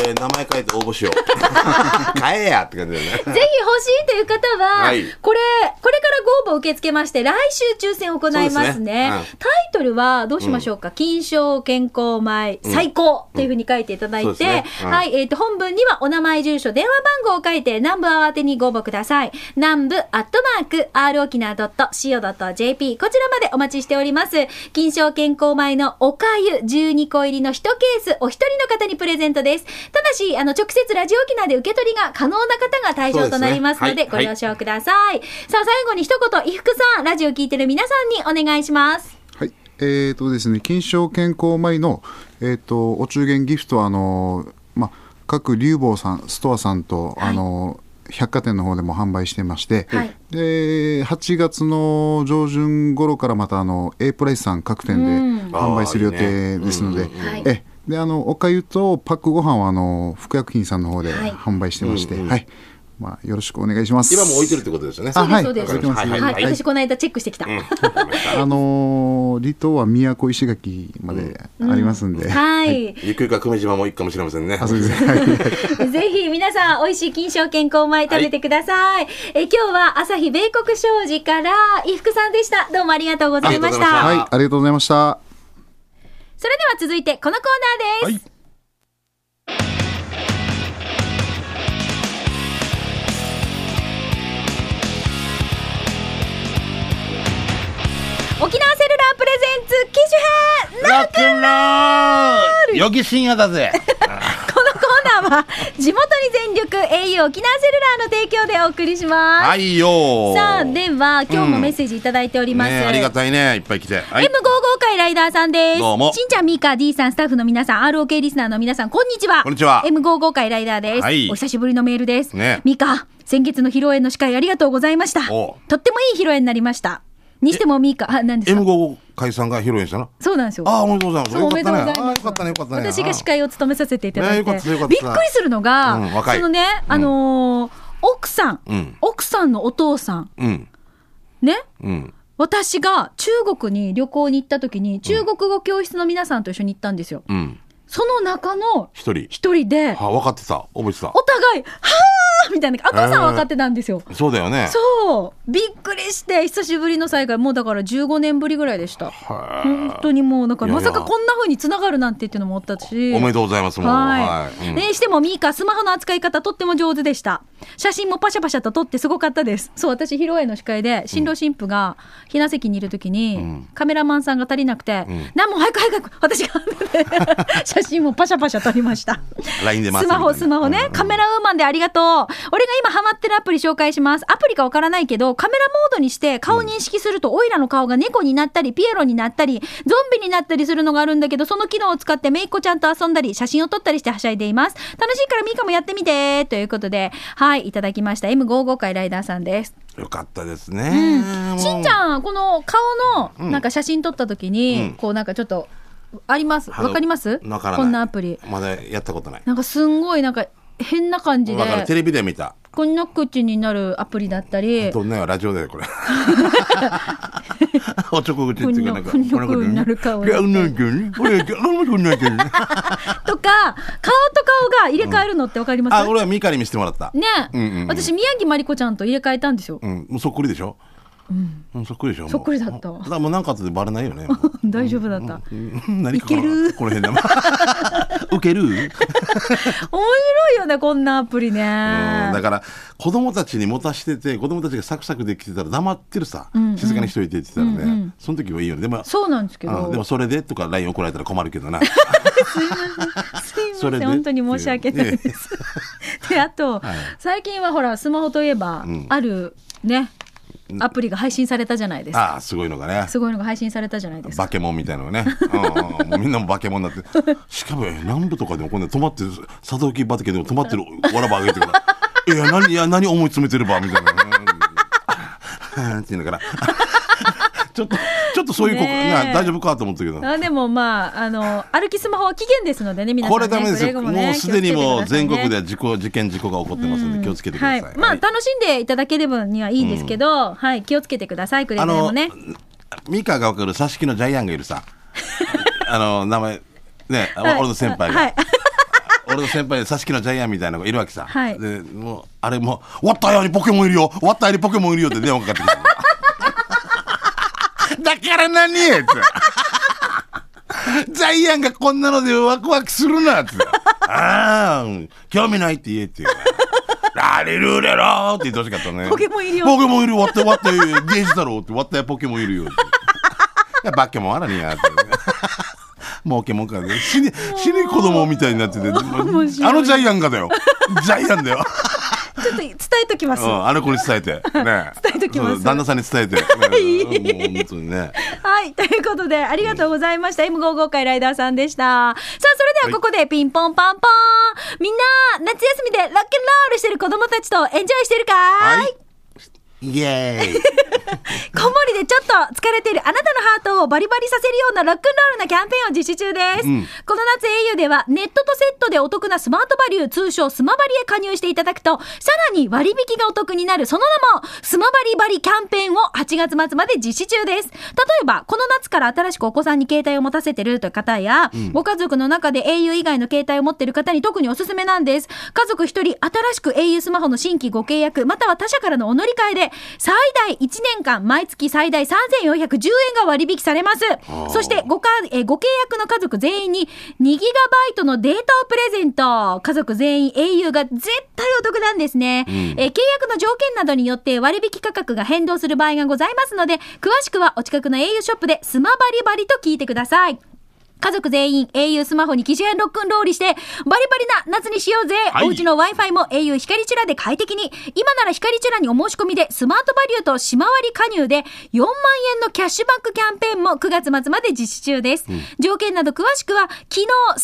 [SPEAKER 2] えー、名前変えて応募しよ
[SPEAKER 1] <laughs>
[SPEAKER 2] う。変えやって感じだよね。
[SPEAKER 1] ぜひ欲しいという方は、
[SPEAKER 2] はい
[SPEAKER 1] これ、これからご応募受け付けまして、来週抽選を行い
[SPEAKER 2] そう
[SPEAKER 1] ま
[SPEAKER 2] ですす
[SPEAKER 1] ね。
[SPEAKER 2] ねはい
[SPEAKER 1] タイトルはどうしましょうか、金賞健康米最高というふうに書いていただいて、
[SPEAKER 2] うんそうですねはい
[SPEAKER 1] はい、えっ、と、本文にはお名前、住所、電話番号を書いて、南部慌てにご応募ください。南部アットマーク、r 沖縄 .co.jp、こちらまでお待ちしております。金賞健康米のおかゆ12個入りの1ケース、お一人の方にプレゼントです。ただし、あの、直接ラジオ沖縄で受け取りが可能な方が対象となりますの
[SPEAKER 2] そうで
[SPEAKER 1] で、
[SPEAKER 2] すね
[SPEAKER 1] ご
[SPEAKER 2] はい
[SPEAKER 1] 了承ください。さあ、最後に一言、伊福さん、ラジオ聞いてる皆さんにお願いします。
[SPEAKER 3] はい。えっ、とですね、金賞健康米の、えっ、と、お中元ギフトは、あのーまあ、各流坊さん、ストアさんと、あのー百貨店の方でも販売してまして、
[SPEAKER 1] はい
[SPEAKER 3] で8月の上旬頃からまたあの A プライスさん各店で販売する予定ですの
[SPEAKER 2] あー
[SPEAKER 3] で
[SPEAKER 2] いい
[SPEAKER 1] ねうんうんうん
[SPEAKER 3] えであのおかゆとパックご飯はあの服薬品さんの方で
[SPEAKER 1] はい
[SPEAKER 3] 販売してまして、はいまあ、よろしくお願いします。
[SPEAKER 2] 今もう置いてるってことですよね。
[SPEAKER 3] あはい
[SPEAKER 1] そうです、そう
[SPEAKER 2] 置いて
[SPEAKER 1] です。
[SPEAKER 2] ますね
[SPEAKER 1] は、
[SPEAKER 2] はいいはい
[SPEAKER 1] 私この間チェックしてきた。
[SPEAKER 3] あのー離島は宮古石垣までありますんで、
[SPEAKER 1] はい。
[SPEAKER 2] ゆくゆくは久米島も行くかもしれませんね。
[SPEAKER 3] あそうですねはい
[SPEAKER 1] ぜひ皆さん、美味しい金賞健康米食べてください。え今日は朝日米国商事から、伊福さんでした。どうもありがとうございまし
[SPEAKER 2] ありがとうございました
[SPEAKER 1] た。
[SPEAKER 3] はい、ありがとうございました。
[SPEAKER 1] それでは続いて、このコーナーです。沖縄セルラープレゼンツ、機種編
[SPEAKER 4] ロックンロ
[SPEAKER 1] <laughs>
[SPEAKER 4] ールよぎ深夜だぜ
[SPEAKER 1] このコーナーは、地元に全力 au 沖縄セルラーの提供でお送りします。
[SPEAKER 2] はいよー
[SPEAKER 1] さあ、では、今日もメッセージいただいております。
[SPEAKER 2] ねえありがたいね。いっぱい来て。はい
[SPEAKER 1] M55 回ライダーさんです。
[SPEAKER 2] どうも
[SPEAKER 1] しんちゃん、みーか、D さん、スタッフの皆さん、ROK リスナーの皆さん、こんにちは。
[SPEAKER 2] こんにちは
[SPEAKER 1] M55 回ライダーです。
[SPEAKER 2] はい
[SPEAKER 1] お久しぶりのメールです。
[SPEAKER 2] ね
[SPEAKER 1] みーか、先月の披露宴の司会ありがとうございました。と
[SPEAKER 2] お
[SPEAKER 1] ってもいい披露宴になりました。にしてもみーか、あ、何ですか
[SPEAKER 2] M5 解散が披露宴したな。
[SPEAKER 1] そうなんですよ。
[SPEAKER 2] ああ、おめでとうございます。
[SPEAKER 1] そうおめでとうございます。
[SPEAKER 2] ああよかったね、よかったね。
[SPEAKER 1] 私が司会を務めさせていただいて、
[SPEAKER 2] ねよかったよかった
[SPEAKER 1] びっくりするのが、
[SPEAKER 2] うん若い
[SPEAKER 1] そのね、あのー奥さん,、
[SPEAKER 2] うん
[SPEAKER 1] 奥さんのお父さん、
[SPEAKER 2] うん。
[SPEAKER 1] ね、
[SPEAKER 2] うん。
[SPEAKER 1] 私が中国に旅行に行った時に、中国語教室の皆さんと一緒に行ったんですよ。
[SPEAKER 2] うん。
[SPEAKER 1] その中の
[SPEAKER 2] 一人。
[SPEAKER 1] 一人で、
[SPEAKER 2] は、分かってた。覚えてた
[SPEAKER 1] お。互い、はーみたいな、赤さんは分かってたんですよ。
[SPEAKER 2] そうだよね。
[SPEAKER 1] そうびっくりして久しぶりの再会もうだから15年ぶりぐらいでした
[SPEAKER 2] は
[SPEAKER 1] 本当にもうだから
[SPEAKER 2] い
[SPEAKER 1] ま
[SPEAKER 2] やい
[SPEAKER 1] さ
[SPEAKER 2] や
[SPEAKER 1] かこんな風に繋がるなんてっていうのもあったし
[SPEAKER 2] い。おめでとうございます。もう。
[SPEAKER 1] はい、
[SPEAKER 2] うん
[SPEAKER 1] ねしてもミーカスマホの扱い方とっても上手でした写真もパシャパシャと撮ってすごかったですそう私披露宴の司会で新郎新婦がひな席にいる時に、カメラマンさんが足りなくて「な、んも早く早く私が」 <laughs> 写真もパシャパシャ撮りました
[SPEAKER 2] LINE で待
[SPEAKER 1] ス
[SPEAKER 2] つ
[SPEAKER 1] マホ
[SPEAKER 2] みた
[SPEAKER 1] ス
[SPEAKER 2] いな
[SPEAKER 1] マホね、カメラウーマンでありがとう俺が今ハマってるアプリ紹介しますアプリかわからないけどカメラモードにして顔認識すると、オイラの顔が猫になったりピエロになったりゾンビになったりするのがあるんだけどその機能を使ってめいっ子ちゃんと遊んだり写真を撮ったりしてはしゃいでいます楽しいからミカもやってみてということではいいただきました M55 回ライダーさんです
[SPEAKER 2] よかったですね。
[SPEAKER 1] しんちゃんこの顔のなんか写真撮った時に、こうなんかちょっとあります
[SPEAKER 2] あの
[SPEAKER 1] わかります
[SPEAKER 2] わからない
[SPEAKER 1] こんなアプリ
[SPEAKER 2] まだやったことない。
[SPEAKER 1] なんかすんごいなんか変な感じで
[SPEAKER 2] だからテレビで見た。
[SPEAKER 1] こんな口になるアプリだったり、
[SPEAKER 2] どんなんやラジオだよ
[SPEAKER 1] <laughs>
[SPEAKER 2] これおちょこ口っていうかなんか
[SPEAKER 1] こんなこんな声になる顔
[SPEAKER 2] であんなんけどね俺あんなこんなんけどね
[SPEAKER 1] とか、顔と顔が入れ替えるのってわかります、
[SPEAKER 2] あ俺はミカに見せてもらった
[SPEAKER 1] ね、
[SPEAKER 2] うんうんうん
[SPEAKER 1] 私、宮城まりこちゃんと入れ替えたんですよ。
[SPEAKER 2] うんもうそっくりでしょうんそっくりでしょもう
[SPEAKER 1] そっくりだったわ
[SPEAKER 2] だからもうなんか後でバレないよ
[SPEAKER 1] <laughs>
[SPEAKER 2] ね
[SPEAKER 1] 大丈夫だった。
[SPEAKER 2] うん何かこの
[SPEAKER 1] いける
[SPEAKER 2] この <laughs> 辺でウケる
[SPEAKER 1] 面白いよね、こんなアプリね。
[SPEAKER 2] うんだから子供たちに持たしてて子供たちがサクサクできてたら黙ってるさ、
[SPEAKER 1] んうん
[SPEAKER 2] 静かにしといてって言ってたらね、その時はいいよねでも
[SPEAKER 1] そうなんですけ
[SPEAKER 2] う
[SPEAKER 1] ど
[SPEAKER 2] んで。もそれでとか LINE 怒られたら困るけ
[SPEAKER 1] <laughs>
[SPEAKER 2] どな
[SPEAKER 1] すい
[SPEAKER 2] そ
[SPEAKER 1] ま
[SPEAKER 2] れ
[SPEAKER 1] せ
[SPEAKER 2] で
[SPEAKER 1] ん、本当に申し訳ないです。 <laughs> で、あと、最近はほら、スマホといえば、あるね、アプリが配信されたじゃないですか。
[SPEAKER 2] ああすごいのがね
[SPEAKER 1] すごいのが配信されたじゃないですか。
[SPEAKER 2] バケモンみたいなのね、うんうん、もうみんなもバケモンに
[SPEAKER 1] <laughs>
[SPEAKER 2] なってしかも南部とかでもこんな止まってる佐藤木畑でも止まってるわらばあげてからいや何いや何思い詰めてるばみたいなうんって言うのかなちょっとちょっとそういうこ、
[SPEAKER 1] ねえ
[SPEAKER 2] な大丈夫かと思ったけど
[SPEAKER 1] あでもまあ、あの、歩きスマホは期限ですのでね、皆さん、
[SPEAKER 2] こ
[SPEAKER 1] ね。
[SPEAKER 2] れダメです
[SPEAKER 1] くれぐ
[SPEAKER 2] よ。
[SPEAKER 1] ね
[SPEAKER 2] もうすでにもう全国で
[SPEAKER 1] 気をつけてくださいね
[SPEAKER 2] は事故、事件、事故が起こってますんで、気をつけてくだ
[SPEAKER 1] は
[SPEAKER 2] さ
[SPEAKER 1] い
[SPEAKER 2] い。
[SPEAKER 1] まあ
[SPEAKER 2] はい
[SPEAKER 1] 楽しんでいただければにはいいですけど、はい気をつけてくださいくれぐ
[SPEAKER 2] あ
[SPEAKER 1] れも
[SPEAKER 2] の
[SPEAKER 1] ね、
[SPEAKER 2] ミカがわかる、挿し木のジャイアンがい
[SPEAKER 1] <laughs>
[SPEAKER 2] るさ。あの、名前、ね、
[SPEAKER 1] はい
[SPEAKER 2] 俺の先輩
[SPEAKER 1] はい <laughs>
[SPEAKER 2] が。俺の先輩で、挿し木のジャイアンみたいなのがいるわけさ。
[SPEAKER 1] はい
[SPEAKER 2] で、もう、あれもう、終わったようにポケモンいるよ終わったようにポケモンいるよって電話かかってきた。だ <laughs> から何って。ジャイアンがこんなのでワクワクするなって。ああ、興味ないって言えって言うから。ラリルレローって言ってほしかったね。
[SPEAKER 1] ポケモンいるよ
[SPEAKER 2] ポケモンいるよ。割って割って。ゲージ太郎って割ったよポケモンいるよって。いや、バッケモンあらにやって。 <laughs> もうケモンかね。死に、死に子供みたいになってて。あのジャイアンがだよ。ジャイアンだよ。
[SPEAKER 1] ちょっと伝えときます、
[SPEAKER 2] <laughs> うん、あの子に伝えて。ね。伝
[SPEAKER 1] えときます
[SPEAKER 2] 旦那さんに伝えて。
[SPEAKER 1] <laughs>
[SPEAKER 2] ねもう本当にね。
[SPEAKER 1] はい。ということで、ありがとうございました。M55 回ライダーさんでした。さあ、それではここで、ピンポンパンポーンみんな、夏休みでロックンロールしてる子供たちとエンジョイしてるかーい、
[SPEAKER 2] はい。イエーイ。
[SPEAKER 1] こもりでちょっと疲れてるあなたのハートをバリバリさせるようなロックンロールなキャンペーンを実施中です。この夏 au ではネットとセットでお得なスマートバリュー、通称スマバリへ加入していただくと、さらに割引がお得になるその名も、スマバリバリキャンペーンを8月末まで実施中です。例えば、この夏から新しくお子さんに携帯を持たせてるという方や、ご家族の中で au 以外の携帯を持ってる方に特におすすめなんです。家族一人新しく au スマホの新規ご契約、または他社からのお乗り換えで、最大1年間、毎月最大3410円が割引されます。そしてごか、えーご契約の家族全員に 2GB のデータをプレゼント。家族全員 au が絶対お得なんですね。えー契約の条件などによって割引価格が変動する場合がございますので、詳しくはお近くの au ショップでスマバリバリと聞いてください。家族全員 au スマホに機種変ロックンロールして、バリバリな夏にしようぜ、
[SPEAKER 2] は
[SPEAKER 1] お
[SPEAKER 2] い
[SPEAKER 1] うちの Wi-Fi も au 光チュラで快適に今なら光チュラにお申し込みでスマートバリューとしまわり加入で4万円のキャッシュバックキャンペーンも9月末まで実施中です、条件など詳しくは昨日30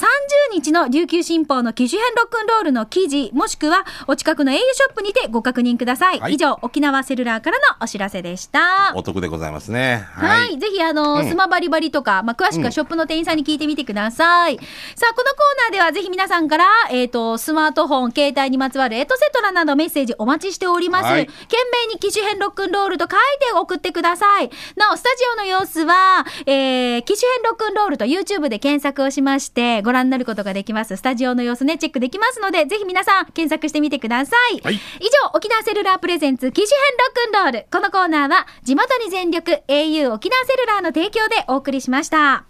[SPEAKER 1] 日の琉球新報の機種変ロックンロールの記事もしくはお近くの au ショップにてご確認ください、
[SPEAKER 2] は
[SPEAKER 1] 以
[SPEAKER 2] い
[SPEAKER 1] 上沖縄セルラーからのお知らせでした
[SPEAKER 2] お得でございますね。
[SPEAKER 1] はい、。ぜひあの、スマバリバリとか、まあ、詳しくはショップの店員さんに聞いてみてください。さあ、このコーナーではぜひ皆さんから、えっ、と、スマートフォン、携帯にまつわるエトセトラなどメッセージお待ちしております。
[SPEAKER 2] はい
[SPEAKER 1] 懸命に機種変ロックンロールと書いて送ってください。なお、スタジオの様子は、えー、機種変ロックンロールと YouTube で検索をしまして、ご覧になることができます。スタジオの様子ね、チェックできますので、ぜひ皆さん検索してみてください。
[SPEAKER 4] はい
[SPEAKER 1] 以上、沖縄セルラープレゼンツ機種変ロックンロール。このコーナーは、地元に全力 au 沖縄セルラーの提供でお送りしました。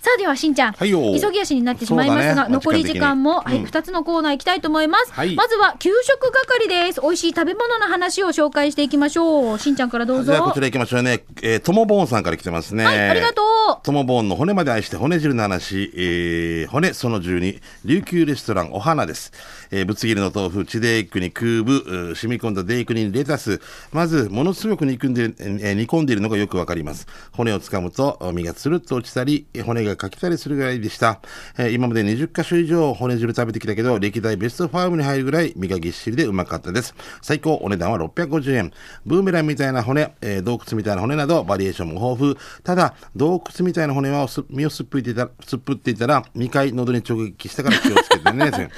[SPEAKER 1] さあではしんちゃん、
[SPEAKER 2] はいよ
[SPEAKER 1] 急ぎ足になってしまいます
[SPEAKER 2] そう
[SPEAKER 1] が、
[SPEAKER 2] だね
[SPEAKER 1] 残り時間も、
[SPEAKER 2] 時間的
[SPEAKER 1] は
[SPEAKER 2] に
[SPEAKER 1] い、2つのコーナー行きたいと思います、
[SPEAKER 2] はい
[SPEAKER 1] まずは給食係です美味しい食べ物の話を紹介していきましょうしんちゃんからどう
[SPEAKER 2] じ
[SPEAKER 1] ぞ
[SPEAKER 2] ゃあこちら行きましょうね。えー、ともぼーんさんから来てますね。
[SPEAKER 1] はいありがとう
[SPEAKER 2] トモボーンの骨まで愛して骨汁の話、えー骨その12、琉球レストランお花です。えーぶつ切りの豆腐、地デイクに空部、うー染み込んだデイクにレタス。まず、ものすごく煮込んで、えー煮込んでいるのがよくわかります。骨をつかむと、身がつるっと落ちたり、骨がかきたりするぐらいでした。えー今まで20カ所以上骨汁食べてきたけど、歴代ベスト5に入るぐらい身がぎっしりでうまかったです。最高、お値段は650円。ブーメランみたいな骨、えー洞窟みたいな骨などバリエーションも豊富。ただ、洞窟みたいな骨はす身をすっぷいていた、すっぷっていたら、2回喉に直撃したから気をつけてね。
[SPEAKER 1] <laughs>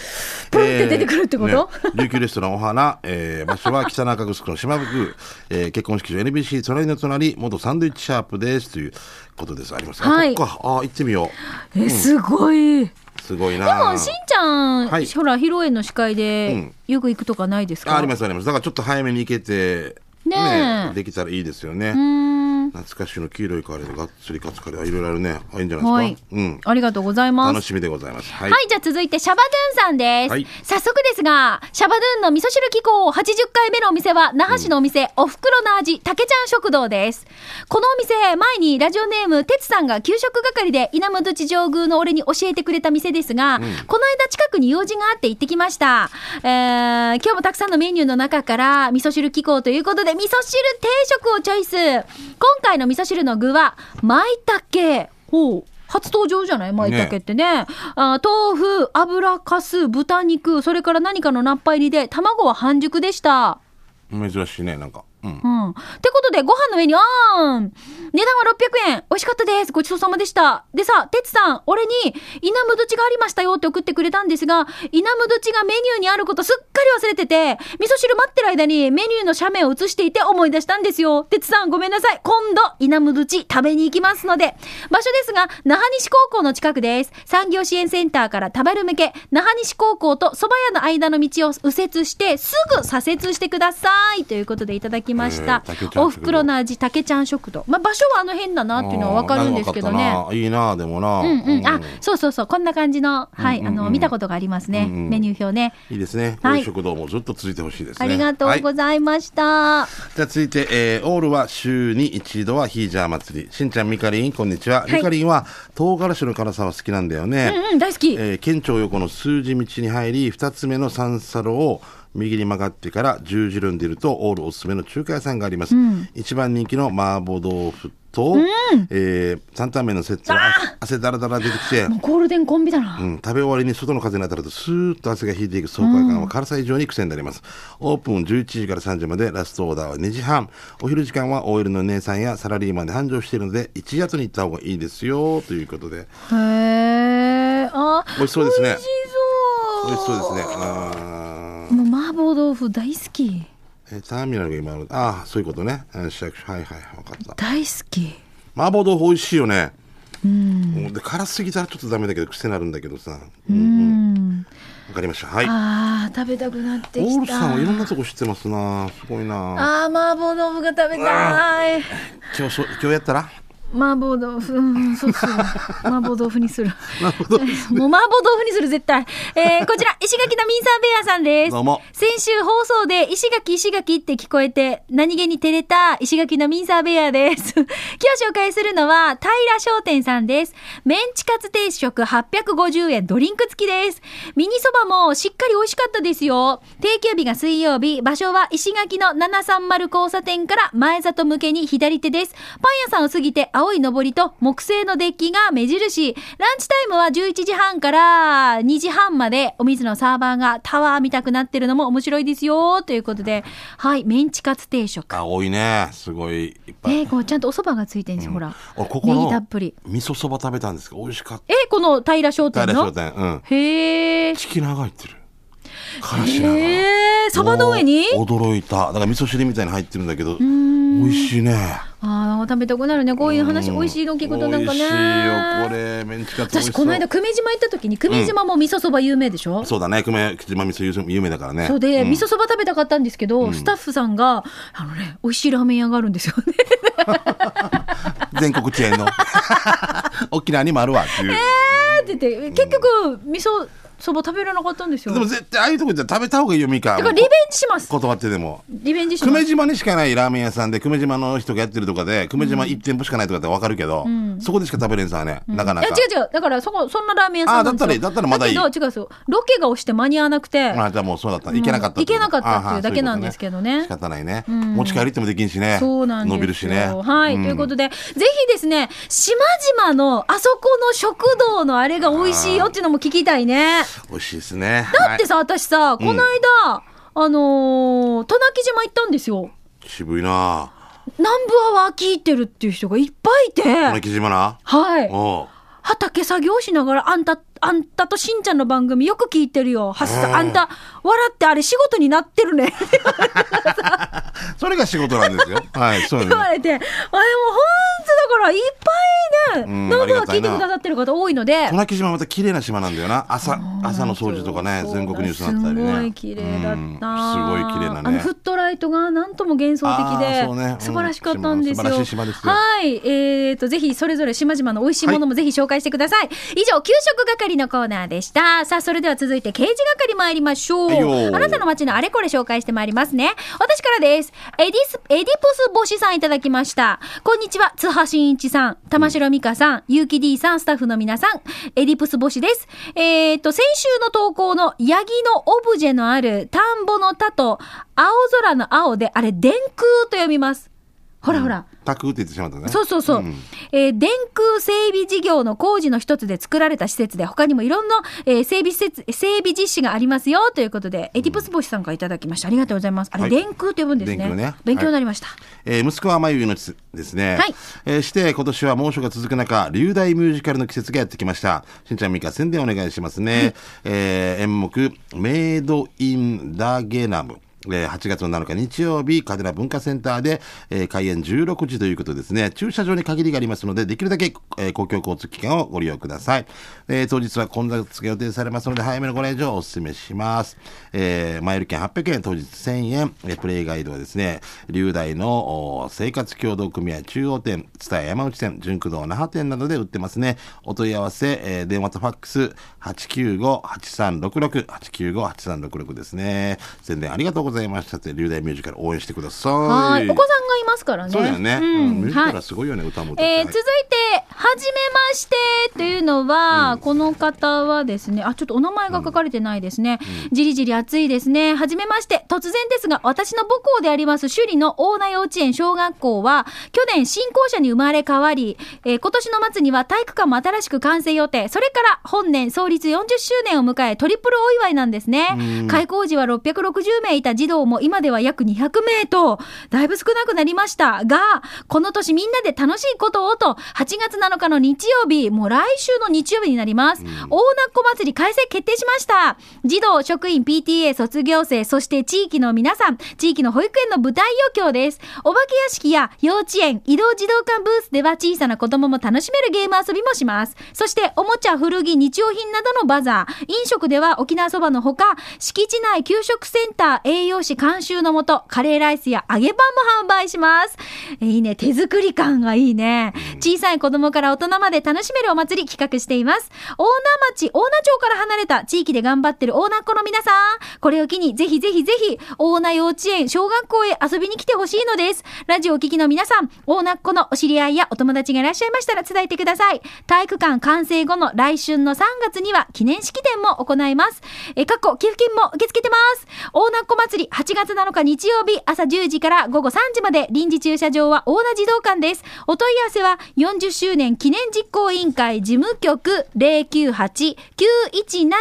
[SPEAKER 1] プンって出てくるってこと
[SPEAKER 2] ね琉球レストランお花、えー場所は北中城の島袋、えー結婚式場 NBC 隣の隣、元サンドイッチシャープですということです。あります。
[SPEAKER 1] はい
[SPEAKER 2] あこっか。あー行ってみよう。
[SPEAKER 1] え、すごい。です
[SPEAKER 2] ごいな。
[SPEAKER 1] も、しんちゃん、
[SPEAKER 2] はい
[SPEAKER 1] ほら、披露宴の司会で、よく行くとかないですか
[SPEAKER 2] あありますあります。だからちょっと早めに行けて、
[SPEAKER 1] ねえ
[SPEAKER 2] できたらいいですよね。
[SPEAKER 1] うん。
[SPEAKER 2] 懐かしの黄色いカレーとがっつりカツカレー、あいろいろあるね。あいいんじゃな
[SPEAKER 1] はいい
[SPEAKER 2] ですか。うん。。
[SPEAKER 1] ありがとうございます
[SPEAKER 2] 楽。しみでございます。は
[SPEAKER 1] はい、じゃあ続いてシャバドゥンさんです、
[SPEAKER 2] はい
[SPEAKER 1] 早速ですが、シャバドゥンの味噌汁機構80回目のお店は、那覇市のお店、おふくろの味、竹ちゃん食堂です。このお店、前にラジオネーム、てつさんが給食係で稲本地上宮の俺に教えてくれた店ですが、この間近くに用事があって行ってきました。えー、今日もたくさんのメニューの中から、味噌汁機構ということで、味噌汁定食をチョイス。今回の味噌汁の具は、舞茸。ほう。初登場じゃない舞茸ってねあ豆腐油かす豚肉それから何かのナッパ入りで卵は半熟でした
[SPEAKER 2] い。珍しいね、なんか。うん。
[SPEAKER 1] うんってことでご飯の上にあーん値段は600円美味しかったですごちそうさまでしたでさてつさん俺に稲むどちがありましたよって送ってくれたんですが稲むどちがメニューにあることすっかり忘れてて味噌汁待ってる間にメニューの斜面を写していて思い出したんですよてつさんごめんなさい今度稲むどち食べに行きますので場所ですが那覇西高校の近くです産業支援センターから田原向け那覇西高校と蕎麦屋の間の道を右折してすぐ左折してくださいということでいただきました
[SPEAKER 2] えー竹ちゃん食堂
[SPEAKER 1] おふくろの味竹ちゃん食堂、まあ、場所はあの辺だなっていうのは分かるんですけど
[SPEAKER 2] あーなん
[SPEAKER 1] ね
[SPEAKER 2] か分かったないいな、でもな。
[SPEAKER 1] うんうん、あ
[SPEAKER 2] い
[SPEAKER 1] そうそうそうこんな感じの,、はいあの見たことがありますね、
[SPEAKER 2] うんうん
[SPEAKER 1] メニュー表ね
[SPEAKER 2] いですね。
[SPEAKER 1] はい
[SPEAKER 2] こういう食堂もずっと続いてほしいですね。
[SPEAKER 1] ありがとうございました、
[SPEAKER 2] じゃあ続いて、えーオールは週に一度はヒージャー祭り。しんちゃん、みかりん、こんにちは。
[SPEAKER 1] い
[SPEAKER 2] みかりんは唐辛子の辛さは好きなんだよね。
[SPEAKER 1] うんうん大好き、
[SPEAKER 2] えー県庁横の数字道に入り、二つ目の三差路を右に曲がってから十字路に出ると、オールおすすめの中華屋さんがあります。一番人気の麻婆豆腐と、えー、担々麺のセットが汗だらだら出てきて、
[SPEAKER 1] もうゴールデンコンビだな、
[SPEAKER 2] うん、食べ終わりに外の風に当たるとスーッと汗が引いていく爽快感は辛さ以上に癖になります、オープン11時から3時までラストオーダーは2時半お昼時間は OL の姉さんやサラリーマンで繁盛しているので一時後に行った方がいいですよということ
[SPEAKER 1] へ
[SPEAKER 2] で
[SPEAKER 1] えあ
[SPEAKER 2] 美味しそうですね
[SPEAKER 1] 美味しそう
[SPEAKER 2] 美味しそうですねあー
[SPEAKER 1] もう麻婆豆腐大好き
[SPEAKER 2] えターミナルが今あるあーそういうことねうん市役所はいはい分かった
[SPEAKER 1] 大好き
[SPEAKER 2] 麻婆豆腐美味しいよねうんで辛すぎたらちょっとダメだけど癖になるんだけどさう
[SPEAKER 1] うんん
[SPEAKER 2] わかりましたはい
[SPEAKER 1] あー食べたくなって
[SPEAKER 2] オー
[SPEAKER 1] き
[SPEAKER 2] ルさん
[SPEAKER 1] た
[SPEAKER 2] はいろんなとこ知ってますなすごいな
[SPEAKER 1] あー麻婆豆腐が食べたい
[SPEAKER 2] 今日そう今日やったら
[SPEAKER 1] 麻婆豆腐、うん、そうそう。麻婆豆腐にする。もう麻婆豆腐にする、絶対。えー、こちら、石垣のミンサーベアさんです。
[SPEAKER 2] どうも
[SPEAKER 1] 先週放送で、石垣、石垣って聞こえて、何気に照れた、石垣のミンサーベアです。 <laughs> 今日紹介するのは、平商店さんです。メンチカツ定食850円、ドリンク付きです。ミニそばもしっかり美味しかったですよ。定休日が水曜日、場所は石垣の730交差点から前里向けに左手です。パン屋さんを過ぎて青い上りと木製のデッキが目印。ランチタイムは11時半から2時半までお水のサーバーがタワー見たくなってるのも面白いですよ。ということで、はい、メンチカツ定食。
[SPEAKER 2] あ多いねすごいいっぱい、
[SPEAKER 1] えー、こうちゃんとお蕎麦がついてんですよ、ほら。
[SPEAKER 2] 俺ここ
[SPEAKER 1] ネギた
[SPEAKER 2] の
[SPEAKER 1] っぷり。
[SPEAKER 2] 味噌そば食べたんですけど美味しかっ
[SPEAKER 1] えー、この平商
[SPEAKER 2] た
[SPEAKER 1] 店
[SPEAKER 2] 平
[SPEAKER 1] の
[SPEAKER 2] 商店うん
[SPEAKER 1] へえ。
[SPEAKER 2] チキナーが入ってるからしなが
[SPEAKER 1] へえ、サバの上に
[SPEAKER 2] 驚いただから味噌汁みたいに入ってるんだけど美味しいね
[SPEAKER 1] ああ、食べたくなるね。こういう話、美味しいの聞くとなんかね。
[SPEAKER 2] 美味しいよこれメンチカツ美味し
[SPEAKER 1] 私、
[SPEAKER 2] そ
[SPEAKER 1] こ
[SPEAKER 2] う
[SPEAKER 1] の間、久米島行った時に、久米島も味噌そば有名でしょ、
[SPEAKER 2] そうだね久米口島味噌有名だからね
[SPEAKER 1] そうで、味噌そば食べたかったんですけど、スタッフさんが、あのね、美味しいラーメン屋があるんですよね。
[SPEAKER 2] 全国
[SPEAKER 1] <laughs>
[SPEAKER 2] チェーンの沖縄にもあるわっていう、
[SPEAKER 1] って言って、結局、味噌そば食べられなかったんですよ。
[SPEAKER 2] でも
[SPEAKER 1] だ
[SPEAKER 2] 絶対ああいうとこじゃ食べた方がいいよみか
[SPEAKER 1] か
[SPEAKER 2] ん
[SPEAKER 1] らリベンジします。
[SPEAKER 2] 断ってでも
[SPEAKER 1] リベンジし
[SPEAKER 2] 久
[SPEAKER 1] ま
[SPEAKER 2] 米
[SPEAKER 1] す。
[SPEAKER 2] 島にしかないラーメン屋さんで久米島の人がやってるとかで久米島1店舗しかないとかって分かるけど、そこでしか食べれんさね、なか
[SPEAKER 1] い
[SPEAKER 2] な
[SPEAKER 1] や
[SPEAKER 2] か
[SPEAKER 1] 違う違う。だから、そこ、そんなラーメン屋さんなんですよ。
[SPEAKER 2] あだったらだったらまだいい
[SPEAKER 1] けど、違うんですよ。ロケが押して間に合わなくて。
[SPEAKER 2] あじゃあもうそうだった行けなかった
[SPEAKER 1] うん行けなかったっていう
[SPEAKER 2] あは
[SPEAKER 1] だけなんですけどね
[SPEAKER 2] そういうこと仕方ないね、持ち帰りってもできんしね
[SPEAKER 1] そうなんですよ
[SPEAKER 2] 伸びるしね
[SPEAKER 1] はい、ということで、ぜひですね、島々のあそこの食堂のあれが美味しいよっていうのも聞きたいね。
[SPEAKER 2] 美味しいですね
[SPEAKER 1] だってさ、私さ、この間、あのー、渡名喜島行ったんですよ。
[SPEAKER 2] 渋いな
[SPEAKER 1] 南部アワー聞いてるっていう人がいっぱいいて、
[SPEAKER 2] この木島な
[SPEAKER 1] はい。
[SPEAKER 2] おう
[SPEAKER 1] 畑作業しながら、あんた、あんたとしんちゃんの番組よく聞いてるよ。はっさ、あんた、笑ってあれ仕事になってるね。
[SPEAKER 2] それが仕事な
[SPEAKER 1] <laughs>
[SPEAKER 2] んですよはいそうで
[SPEAKER 1] 言
[SPEAKER 2] すね
[SPEAKER 1] われて、あれもう本当だからいっぱいね、
[SPEAKER 2] うん
[SPEAKER 1] ノブ
[SPEAKER 2] あ
[SPEAKER 1] は
[SPEAKER 2] りがた
[SPEAKER 1] 聞い
[SPEAKER 2] い
[SPEAKER 1] て
[SPEAKER 2] な
[SPEAKER 1] くださってる方多いので
[SPEAKER 2] 渡。名喜島また綺麗な島なんだよな朝朝の掃除とかね
[SPEAKER 1] そう
[SPEAKER 2] 全国ニュースになったりね
[SPEAKER 1] すごい綺麗だった、
[SPEAKER 2] うんすごい綺麗
[SPEAKER 1] あ
[SPEAKER 2] な
[SPEAKER 1] の
[SPEAKER 2] ね
[SPEAKER 1] フットライトがなんとも幻想的
[SPEAKER 2] あ
[SPEAKER 1] で、
[SPEAKER 2] ーそうねうん
[SPEAKER 1] 素晴らしかったんですよ
[SPEAKER 2] 素晴らしい島ですよ
[SPEAKER 1] はいえー、とぜひそれぞれ島々の美味しいものもぜひ紹介してください、以上給食係のコーナーでしたさあそれでは続いて刑事係参りましょう、
[SPEAKER 2] はいよ
[SPEAKER 1] あなたの街のあれこれ紹介してまいりますね私からですエディスエディポスボシさんいただきましたこんにちは津波真一さん玉城美香さん結城 D さんスタッフの皆さんエディプスボシですえっ、と先週の投稿のヤギのオブジェのある田んぼの田と青空の青であれ電空と読みますほらほら、
[SPEAKER 2] タクって言ってしまったね
[SPEAKER 1] そうそうそう。
[SPEAKER 2] ん
[SPEAKER 1] えー電空整備事業の工事の一つで作られた施設で、他にもいろんな、えー整備施設、整備実施がありますよということで、エディプスボシさんからいただきました。ありがとうございます。あれ、
[SPEAKER 2] はい
[SPEAKER 1] 電空って呼ぶんですね。
[SPEAKER 2] 電空ね
[SPEAKER 1] 勉強になりました。
[SPEAKER 2] えー息子は眉のつですね、
[SPEAKER 1] はい
[SPEAKER 2] えーして今年は猛暑が続く中流大ミュージカルの季節がやってきましたしんちゃんみか宣伝お願いしますね、えー演目「メイド・イン・ダゲナム」えー8月の7日日曜日、カデラ文化センターで、えー開演16時ということですね。駐車場に限りがありますので、できるだけ、えー公共交通機関をご利用ください。えー当日は混雑が予定されますので、早めのご来場をお勧めします。えー前売り券800円、当日1000円。えープレイガイドはですね、龍大のおー生活協同組合中央店、津田山内店、純駆動那覇店などで売ってますね。お問い合わせ、えー電話とファックス895-8366、895-8366ですね。宣伝ありがとうございましたって、龍大ミュージカル応援してください。
[SPEAKER 1] はい。お子さんがいますからね。
[SPEAKER 2] そうだよね。うんミュー
[SPEAKER 1] ん。
[SPEAKER 2] ジカ
[SPEAKER 1] は
[SPEAKER 2] ル
[SPEAKER 1] い
[SPEAKER 2] は。すごいよね、歌も歌って
[SPEAKER 1] えー続いて、はじめましてというのは、この方はですね、あ、ちょっとお名前が書かれてないですね。じりじり暑いですね。はじめまして。突然ですが、私の母校であります、首里の大名幼稚園小学校は、去年新校舎に生まれ変わり、えー今年の末には体育館も新しく完成予定。それから、本年創立40周年を迎え、トリプルお祝いなんですね。開校時は660名いた児童も、今では約200名と、だいぶ少なくなりましたが、この年みんなで楽しいことをと、8月7日の日曜日、もう来週の日曜日になります。大名っ子祭り開催決定しました。児童、職員、PTA、卒業生、そして地域の皆さん、地域の保育園の舞台余興です。お化け屋敷や幼稚園、移動児童館ブースでは小さな子供も楽しめるゲーム遊びもします。そして、おもちゃ、古着、日用品などのバザー、飲食では沖縄そばのほか、敷地内給食センター栄養士監修のもと、カレーライスや揚げパンも販売します。えいいね。手作り感がいいね。小さい子供から大人まで楽しめるお祭り企画しています。大名町、大名町から離れた地域で頑張ってる大名っ子の皆さん、これを機にぜひぜひぜひ、大名幼稚園、小学校へ遊びに来てほしいのです。ラジオをお聞きの皆さん、大名っ子のお知り合いやお友達がいらっしゃいましたら伝えてください。体育館完成後の来春の3月には記念式典も行います。えー、過去、寄付金も受け付けてます。大名っ子祭り、8月7日日曜日、朝10時から午後3時まで、臨時駐車場は大名児童館です。お問い合わせは、40周年記念実行委員会事務局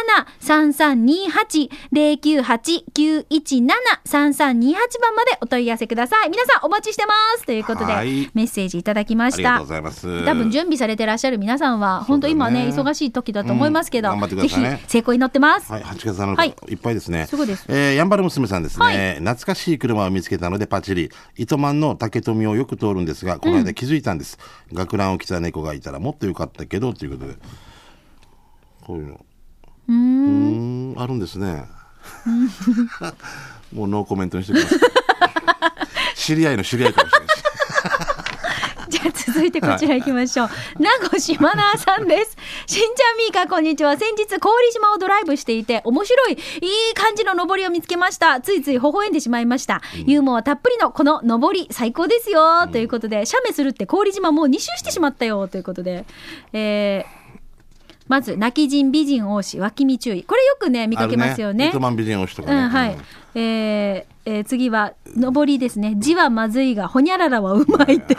[SPEAKER 1] 098-917-3328、098-917-3328番までお問い合わせください。皆さんお待ちしてます。ということで
[SPEAKER 2] はい、
[SPEAKER 1] メッセージいただきま
[SPEAKER 2] あ
[SPEAKER 1] し
[SPEAKER 2] りが
[SPEAKER 1] た
[SPEAKER 2] とうご。ざいます。
[SPEAKER 1] 多分準備されてらっしゃる皆さんは、本当今ね、
[SPEAKER 2] そうだね
[SPEAKER 1] 忙しい時だと思いますけど、
[SPEAKER 2] うん頑張ってく
[SPEAKER 1] ぜ
[SPEAKER 2] ださ
[SPEAKER 1] ひ
[SPEAKER 2] いね
[SPEAKER 1] 成功に乗ってます。
[SPEAKER 2] はい、8月7日、
[SPEAKER 1] はい
[SPEAKER 2] い、っぱいですね。
[SPEAKER 1] すごいです
[SPEAKER 2] えーやんばる娘さんですね、
[SPEAKER 1] はい
[SPEAKER 2] 懐かしい車を見つけたのでパチリ。糸満の竹富をよく通るんですが、この間気づいたんです。学ランを着た猫がいたらもっとよかったけど、ということで。こういうの。うーん、あるんです
[SPEAKER 1] <laughs>
[SPEAKER 2] ね。もうノーコメントにしておきます。知り合いの知り合いかもしれないし。
[SPEAKER 1] じゃあ続続いてこちら行きましょう。 <laughs> 名護島なさんです。しんちゃんみーか、こんにちは。先日、氷島をドライブしていて、面白い、いい感じの登りを見つけました。ついつい微笑んでしまいました。ユーモアたっぷりのこの登り、最高ですよ。ということで、写メするって氷島もう2周してしまったよ。ということで、えーまず、泣き人、美人、王子、脇見注意。これよくね、見かけますよ
[SPEAKER 2] ある
[SPEAKER 1] ね
[SPEAKER 2] 糸。満美人推しとか
[SPEAKER 1] う
[SPEAKER 2] ね。
[SPEAKER 1] ん、はい。えーえー次は、上りですね。字はまずいが、ほにゃららはうまいって。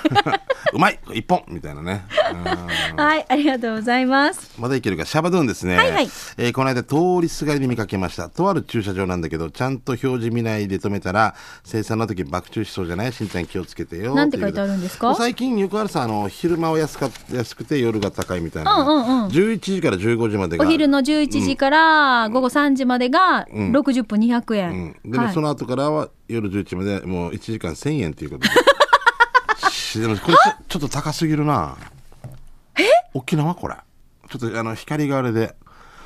[SPEAKER 2] うまい一本みたいなね。うん
[SPEAKER 1] はい、ありがとうございます。
[SPEAKER 2] まだいけるか。シャバドゥンですね。
[SPEAKER 1] はいはい
[SPEAKER 2] えーこの間通りすがりに見かけました。とある駐車場なんだけど、ちゃんと表示見ないで止めたら、生産の時爆注しそうじゃないしんちゃん気をつけてよ。
[SPEAKER 1] なんて書いてあるんですか
[SPEAKER 2] ということ最近よくあるさ、あの、昼間は安か安くて夜が高いみたいなね、
[SPEAKER 1] うんうんうん
[SPEAKER 2] 11時から15時までが。
[SPEAKER 1] お昼の11時から午後3時までが60分200円。
[SPEAKER 2] うん、でも
[SPEAKER 1] はい
[SPEAKER 2] その後からは夜11時までもう1時間1000円ということで
[SPEAKER 1] <laughs>
[SPEAKER 2] しでもこれちょちょっと高すぎるな沖縄これちょっとあの光があれで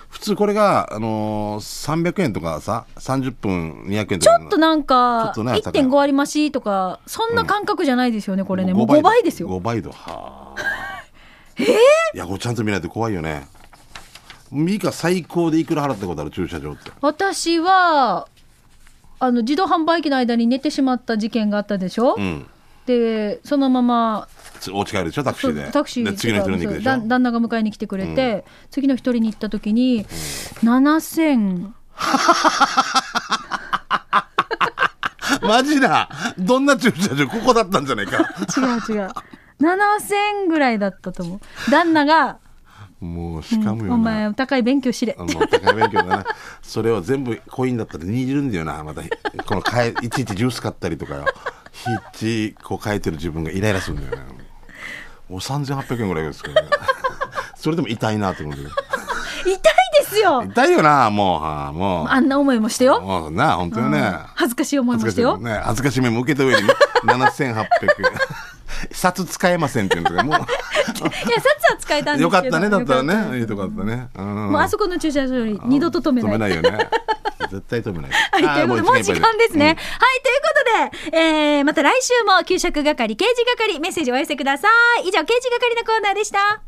[SPEAKER 2] 普通これが、あのー300円とかさ30分200円と
[SPEAKER 1] ち
[SPEAKER 2] か
[SPEAKER 1] ょっとなんか、
[SPEAKER 2] ちょっとね高い
[SPEAKER 1] 1.5割増しとか、そんな感覚じゃないですよね、これね。もう
[SPEAKER 2] 五
[SPEAKER 1] 5倍ですよ。
[SPEAKER 2] 5倍だは
[SPEAKER 1] <laughs>
[SPEAKER 2] えいやこれちゃんと見ないと怖いよねミカ最高でいくら払ったことある駐車場って
[SPEAKER 1] 私は、あの、自動販売機の間に寝てしまった事件があったでしょ、
[SPEAKER 2] うん
[SPEAKER 1] で、そのまま、
[SPEAKER 2] つお家帰るでしょタクシ
[SPEAKER 1] そ
[SPEAKER 2] ー
[SPEAKER 1] う
[SPEAKER 2] で
[SPEAKER 1] タクシー
[SPEAKER 2] で次の人に行くでしょ
[SPEAKER 1] だん旦那が迎えに来てくれて、次の一人に行った時に、7000、
[SPEAKER 2] <laughs> マジだどんな駐車場ここだったんじゃないか
[SPEAKER 1] 違う違
[SPEAKER 2] <laughs>
[SPEAKER 1] う。7000ぐらいだったと思う。旦那が、
[SPEAKER 2] もうしかむ
[SPEAKER 1] お
[SPEAKER 2] よな、
[SPEAKER 1] 前、お高い勉強しれ。
[SPEAKER 2] あの高い勉強だなそれを全部コインだったら握るんだよなまたこの変えい <laughs> ちいちジュース買ったりとかよひっちこう変えてる自分がイライラするんだよねもう3800円ぐらいですけどね <laughs> それでも痛いなと思うんだけ
[SPEAKER 1] 痛いですよ
[SPEAKER 2] ど痛いよなもうはあもう
[SPEAKER 1] あんな思いもしてよ。
[SPEAKER 2] もうな本当よね、
[SPEAKER 1] 恥ずかしい思いもしてよ。
[SPEAKER 2] ね恥ずかしめも受けた上に7800円 <laughs> 札使えませんっていうのとかもう
[SPEAKER 1] いや、札は使えたんですけど。
[SPEAKER 2] よかったね、だったらね。いい
[SPEAKER 1] よか
[SPEAKER 2] とこだったね。
[SPEAKER 1] った
[SPEAKER 2] も
[SPEAKER 1] もうあそこの駐車場に二度と止めない。
[SPEAKER 2] よね。絶対止めない。
[SPEAKER 1] <laughs> はい、ということで、もう時間ですね。
[SPEAKER 2] あ
[SPEAKER 1] はい、ということで、えー、また来週も給食係、刑事係、メッセージお寄せください。以上、刑事係のコーナーでした。